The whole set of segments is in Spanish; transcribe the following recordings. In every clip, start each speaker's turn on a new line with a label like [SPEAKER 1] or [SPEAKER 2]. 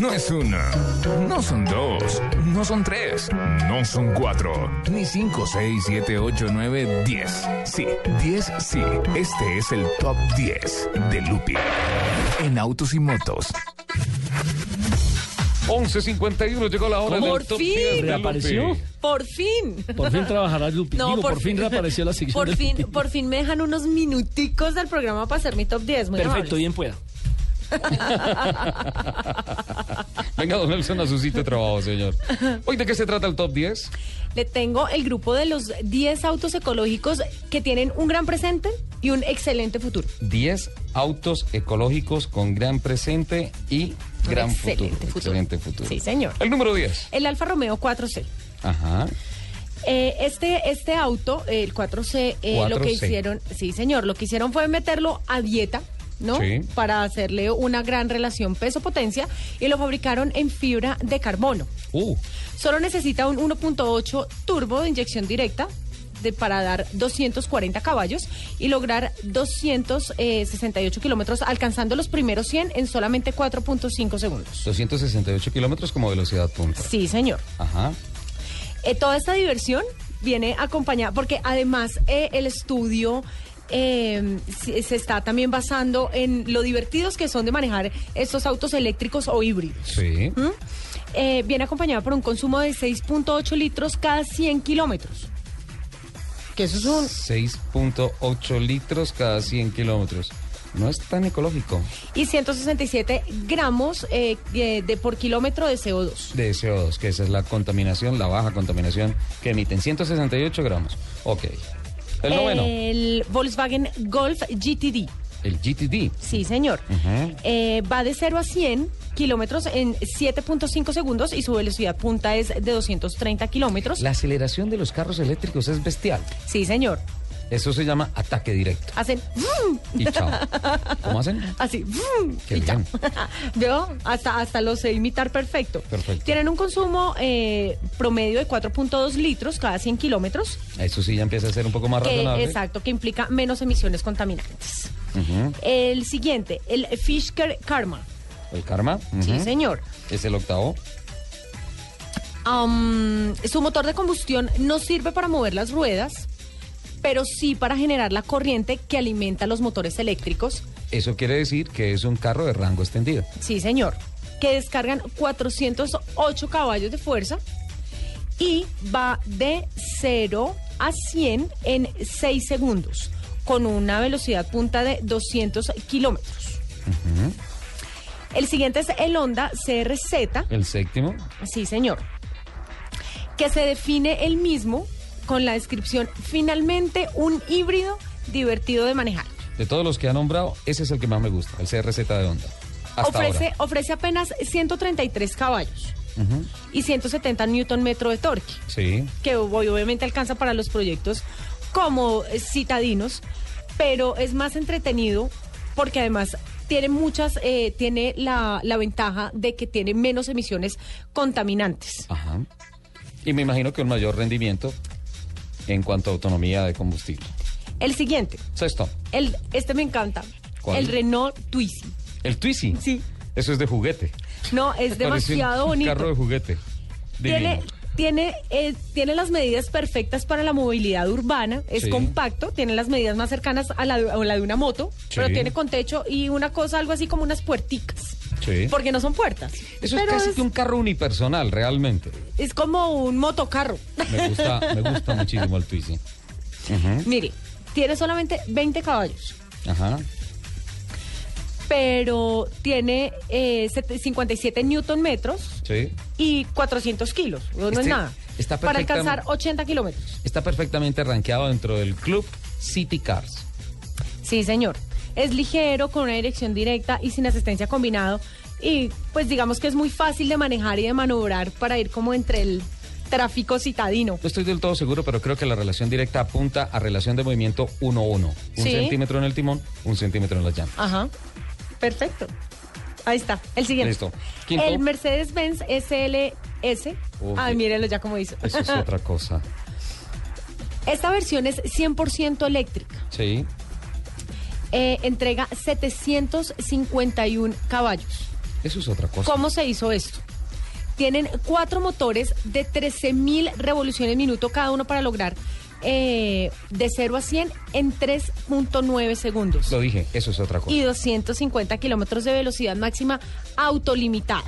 [SPEAKER 1] No es una, no son dos, no son tres, no son cuatro, ni cinco, seis, siete, ocho, nueve, diez. Sí, diez, sí. Este es el top 10 de Lupi en autos y motos.
[SPEAKER 2] 11.51 llegó la hora
[SPEAKER 3] Por
[SPEAKER 2] del top
[SPEAKER 3] fin.
[SPEAKER 2] 10 de
[SPEAKER 4] Reapareció.
[SPEAKER 2] Lupi.
[SPEAKER 3] Por fin.
[SPEAKER 4] Por fin trabajará Lupi.
[SPEAKER 3] No,
[SPEAKER 4] Digo,
[SPEAKER 3] por
[SPEAKER 4] por, fin
[SPEAKER 3] fin.
[SPEAKER 4] reapareció la sección.
[SPEAKER 3] Por
[SPEAKER 4] de
[SPEAKER 3] fin,
[SPEAKER 4] Lupi.
[SPEAKER 3] por fin me dejan unos minuticos del programa para hacer mi top 10. Muy
[SPEAKER 4] Perfecto, bien pueda.
[SPEAKER 2] Venga, don Nelson, a su sitio de trabajo, señor. Hoy, ¿de qué se trata el top 10?
[SPEAKER 3] amable. Le tengo el grupo de los 10 autos ecológicos que tienen un gran presente y un excelente futuro.
[SPEAKER 2] 10 autos ecológicos con gran presente y gran
[SPEAKER 3] excelente
[SPEAKER 2] futuro. Excelente futuro.
[SPEAKER 3] Sí, señor.
[SPEAKER 2] El número 10.
[SPEAKER 3] El Alfa Romeo 4C.
[SPEAKER 2] Ajá.
[SPEAKER 3] Eh, este, este auto, el 4C, eh, lo que
[SPEAKER 2] 4C.
[SPEAKER 3] hicieron, sí señor, lo que hicieron fue meterlo a dieta, ¿no?
[SPEAKER 2] Sí.
[SPEAKER 3] Para hacerle una gran relación peso-potencia y lo fabricaron en fibra de carbono.
[SPEAKER 2] Uh,
[SPEAKER 3] Solo necesita un 1.8 turbo de inyección directa de- para dar 240 caballos y lograr 268 kilómetros, alcanzando los primeros 100 en solamente 4.5 segundos.
[SPEAKER 2] 268 kilómetros como velocidad punta.
[SPEAKER 3] Sí, señor.
[SPEAKER 2] Ajá.
[SPEAKER 3] Eh, toda esta diversión viene acompañada, porque además eh, el estudio eh, se se está también basando en lo divertidos que son de manejar estos autos eléctricos o híbridos.
[SPEAKER 2] Sí.
[SPEAKER 3] ¿Mm? Eh, viene acompañada por un consumo de 6.8 litros cada 100 kilómetros. Que eso es un...
[SPEAKER 2] 6.8 litros cada 100 kilómetros. No es tan ecológico
[SPEAKER 3] Y 167 gramos eh, eh, de por kilómetro de CO2.
[SPEAKER 2] de CO2, que esa es la contaminación, la baja contaminación que emiten 168 gramos. Ok. El noveno,
[SPEAKER 3] El Volkswagen Golf GTD.
[SPEAKER 2] el GTD.
[SPEAKER 3] Sí, señor.
[SPEAKER 2] Ujú.
[SPEAKER 3] Eh, va de 0 a 100 kilómetros en 7.5 segundos y su velocidad punta es de 230 kilómetros.
[SPEAKER 2] La aceleración de los carros eléctricos es bestial.
[SPEAKER 3] Sí, señor.
[SPEAKER 2] Eso se llama ataque directo.
[SPEAKER 3] Hacen... ¡vroom!
[SPEAKER 2] Y chao. ¿Cómo hacen?
[SPEAKER 3] Así. ¡vroom!
[SPEAKER 2] Qué
[SPEAKER 3] y
[SPEAKER 2] bien.
[SPEAKER 3] ya. ¿Veo? Hasta, hasta los sé imitar perfecto.
[SPEAKER 2] Perfecto.
[SPEAKER 3] Tienen un consumo eh, promedio de 4.2 litros cada 100 kilómetros.
[SPEAKER 2] Eso sí ya empieza a ser un poco más
[SPEAKER 3] que-
[SPEAKER 2] razonable.
[SPEAKER 3] exacto, que implica menos emisiones contaminantes.
[SPEAKER 2] Ujú.
[SPEAKER 3] El siguiente, el Fisker Karma.
[SPEAKER 2] El karma.
[SPEAKER 3] Sí,
[SPEAKER 2] ujú.
[SPEAKER 3] señor.
[SPEAKER 2] Es el octavo.
[SPEAKER 3] Am, su motor de combustión no sirve para mover las ruedas, pero sí para generar la corriente que alimenta los motores eléctricos.
[SPEAKER 2] Eso quiere decir que es un carro de rango extendido.
[SPEAKER 3] Sí, señor. Que descargan 408 caballos de fuerza y va de 0 a 100 en 6 segundos, con una velocidad punta de 200 kilómetros. El siguiente es el Honda CRZ.
[SPEAKER 2] El séptimo.
[SPEAKER 3] Sí, señor. Que se define el mismo con la descripción finalmente un híbrido divertido de manejar.
[SPEAKER 2] De todos los que ha nombrado, ese es el que más me gusta, el CRZ de Honda. Hasta
[SPEAKER 3] Ofrece,
[SPEAKER 2] ahora.
[SPEAKER 3] ofrece apenas 133 caballos y 170 newton metro de torque,
[SPEAKER 2] Sí.
[SPEAKER 3] que hoy obviamente alcanza para los proyectos como eh, citadinos, pero es más entretenido porque además tiene muchas, eh, tiene la, la ventaja de que tiene menos emisiones contaminantes.
[SPEAKER 2] Ajá. Y me imagino que un mayor rendimiento en cuanto a autonomía de combustible.
[SPEAKER 3] El siguiente.
[SPEAKER 2] Sexto,
[SPEAKER 3] El, este me encanta.
[SPEAKER 2] ¿Cuál?
[SPEAKER 3] El Renault Twizy.
[SPEAKER 2] el Twizy.
[SPEAKER 3] Sí.
[SPEAKER 2] Eso es de juguete.
[SPEAKER 3] No, es
[SPEAKER 2] Parece un
[SPEAKER 3] demasiado bonito.
[SPEAKER 2] Carro de juguete.
[SPEAKER 3] tiene,
[SPEAKER 2] Divino.
[SPEAKER 3] tiene, eh, tiene las medidas perfectas para la movilidad urbana. Es
[SPEAKER 2] Sí.
[SPEAKER 3] compacto, tiene las medidas más cercanas a la de, a la de una moto,
[SPEAKER 2] Sí.
[SPEAKER 3] pero tiene con techo y una cosa, algo así como unas puerticas.
[SPEAKER 2] Sí.
[SPEAKER 3] Porque no son puertas.
[SPEAKER 2] Eso es
[SPEAKER 3] pero
[SPEAKER 2] casi que un carro unipersonal, realmente.
[SPEAKER 3] es como un motocarro.
[SPEAKER 2] Me gusta, me gusta muchísimo el Twizy.
[SPEAKER 3] Mire, tiene solamente 20 caballos.
[SPEAKER 2] Ajá.
[SPEAKER 3] Pero tiene eh, set- 57 newton metros.
[SPEAKER 2] Sí.
[SPEAKER 3] y 400 kilos. No es
[SPEAKER 2] Este
[SPEAKER 3] nada.
[SPEAKER 2] está
[SPEAKER 3] para
[SPEAKER 2] perfectam-
[SPEAKER 3] alcanzar 80 kilómetros.
[SPEAKER 2] Está perfectamente rankeado dentro del club City Cars.
[SPEAKER 3] Sí, señor. es ligero, con una dirección directa y sin asistencia combinado. Y pues digamos que es muy fácil de manejar y de maniobrar para ir como entre el tráfico citadino.
[SPEAKER 2] No estoy del todo seguro, pero creo que la relación directa apunta a relación de movimiento 1-1. Un
[SPEAKER 3] Sí.
[SPEAKER 2] centímetro en el timón, un centímetro en las llantas.
[SPEAKER 3] Ajá. Perfecto. Ahí está. El siguiente.
[SPEAKER 2] Listo. Quinto.
[SPEAKER 3] El Mercedes-Benz SLS.
[SPEAKER 2] Uy.
[SPEAKER 3] Ay, mírenlo ya como hizo.
[SPEAKER 2] Eso es otra cosa.
[SPEAKER 3] Esta versión es 100% eléctrica.
[SPEAKER 2] Sí.
[SPEAKER 3] Eh, entrega 751 caballos.
[SPEAKER 2] Eso es otra cosa.
[SPEAKER 3] ¿Cómo se hizo esto? Tienen cuatro motores de 13.000 revoluciones minuto cada uno para lograr eh, de 0 a 100 en 3.9 segundos.
[SPEAKER 2] Lo dije, eso es otra cosa.
[SPEAKER 3] y 250 kilómetros de velocidad máxima autolimitada.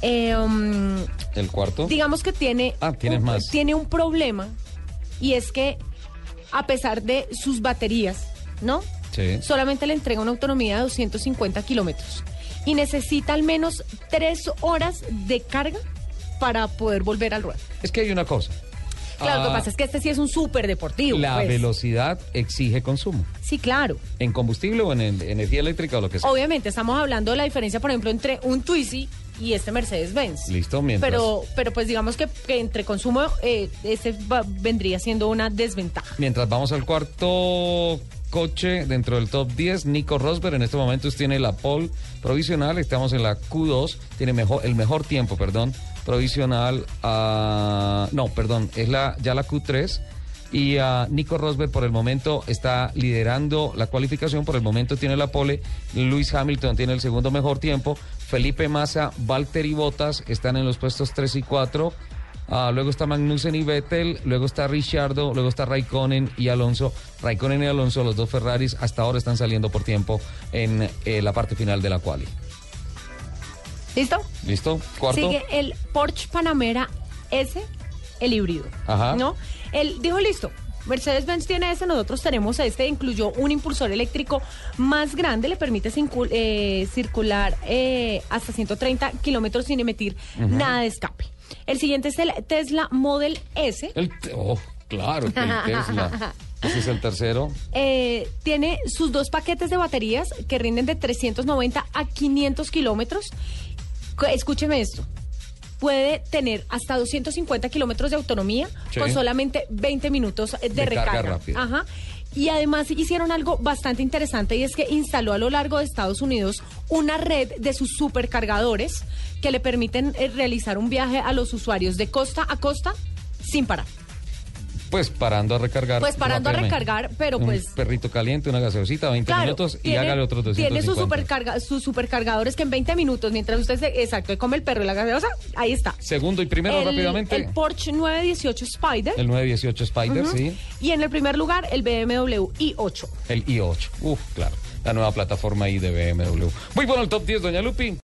[SPEAKER 3] Eh, um,
[SPEAKER 2] El cuarto.
[SPEAKER 3] digamos que tiene,
[SPEAKER 2] Ah, tienes
[SPEAKER 3] un,
[SPEAKER 2] más.
[SPEAKER 3] tiene un problema y es que a pesar de sus baterías, ¿no?
[SPEAKER 2] Sí.
[SPEAKER 3] Solamente le entrega una autonomía de 250 kilómetros y necesita al menos tres horas de carga para poder volver al ruedo.
[SPEAKER 2] Es que hay una cosa.
[SPEAKER 3] Claro, lo
[SPEAKER 2] Ah,
[SPEAKER 3] que pasa es que este sí es un súper deportivo.
[SPEAKER 2] La
[SPEAKER 3] pues.
[SPEAKER 2] velocidad exige consumo.
[SPEAKER 3] Sí, claro.
[SPEAKER 2] En combustible o en en energía eléctrica o lo que sea.
[SPEAKER 3] Obviamente estamos hablando de la diferencia, por ejemplo, entre un Twizy y este Mercedes-Benz.
[SPEAKER 2] Listo, mientras-
[SPEAKER 3] Pero, pero pues digamos que, que entre consumo, eh, este va- vendría siendo una desventaja.
[SPEAKER 2] Mientras vamos al cuarto coche dentro del top 10, Nico Rosberg en estos momentos tiene la pole provisional, estamos en la Q2, tiene mejor, el mejor tiempo, perdón, provisional, ah, no, perdón, es la, ya la Q3. Y ah, Nico Rosberg por el momento está liderando la cualificación, por el momento tiene la pole, Luis Hamilton tiene el segundo mejor tiempo, Felipe Massa, Valtteri Bottas están en los puestos 3 y 4, Ah, luego está Magnussen y Vettel, luego está Richardo, luego está Raikkonen y Alonso. Raikkonen y Alonso, los dos Ferraris, hasta ahora están saliendo por tiempo en eh, la parte final de la quali.
[SPEAKER 3] ¿Listo?
[SPEAKER 2] ¿Listo? Cuarto.
[SPEAKER 3] Sigue el Porsche Panamera S, el híbrido.
[SPEAKER 2] Ajá.
[SPEAKER 3] ¿No? Él dijo, listo. Mercedes-Benz tiene ese, nosotros tenemos este, incluyó un impulsor eléctrico más grande, le permite cincu- eh, circular eh, hasta 130 kilómetros sin emitir nada de escape. El siguiente es el Tesla Model S,
[SPEAKER 2] El te- oh, claro, el Tesla. Ese es el tercero.
[SPEAKER 3] Eh, tiene sus dos paquetes de baterías que rinden de 390 a 500 kilómetros. Co- Escúcheme esto. Puede tener hasta 250 kilómetros de autonomía
[SPEAKER 2] Sí.
[SPEAKER 3] con solamente 20 minutos eh, de,
[SPEAKER 2] De carga
[SPEAKER 3] recarga.
[SPEAKER 2] rápida.
[SPEAKER 3] Ajá. Y además hicieron algo bastante interesante y es que instaló a lo largo de Estados Unidos una red de sus supercargadores que le permiten eh, realizar un viaje a los usuarios de costa a costa sin parar.
[SPEAKER 2] Pues parando a recargar.
[SPEAKER 3] Pues parando a
[SPEAKER 2] rápidamente.
[SPEAKER 3] recargar, pero
[SPEAKER 2] Un
[SPEAKER 3] pues-
[SPEAKER 2] perrito caliente, una gaseosita, 20 minutos y hágale otros 250.
[SPEAKER 3] tiene sus, supercarga- sus supercargadores que en 20 minutos, mientras usted se, exacto, come el perro y la gaseosa, ahí está.
[SPEAKER 2] Segundo y primero,
[SPEAKER 3] el,
[SPEAKER 2] rápidamente.
[SPEAKER 3] El Porsche 918 Spider.
[SPEAKER 2] El 918 Spider,
[SPEAKER 3] Ujú.
[SPEAKER 2] sí.
[SPEAKER 3] Y en el primer lugar, el BMW i8.
[SPEAKER 2] El i8. Uf, claro. La nueva plataforma ahí de BMW. Muy bueno el top 10, doña Lupi.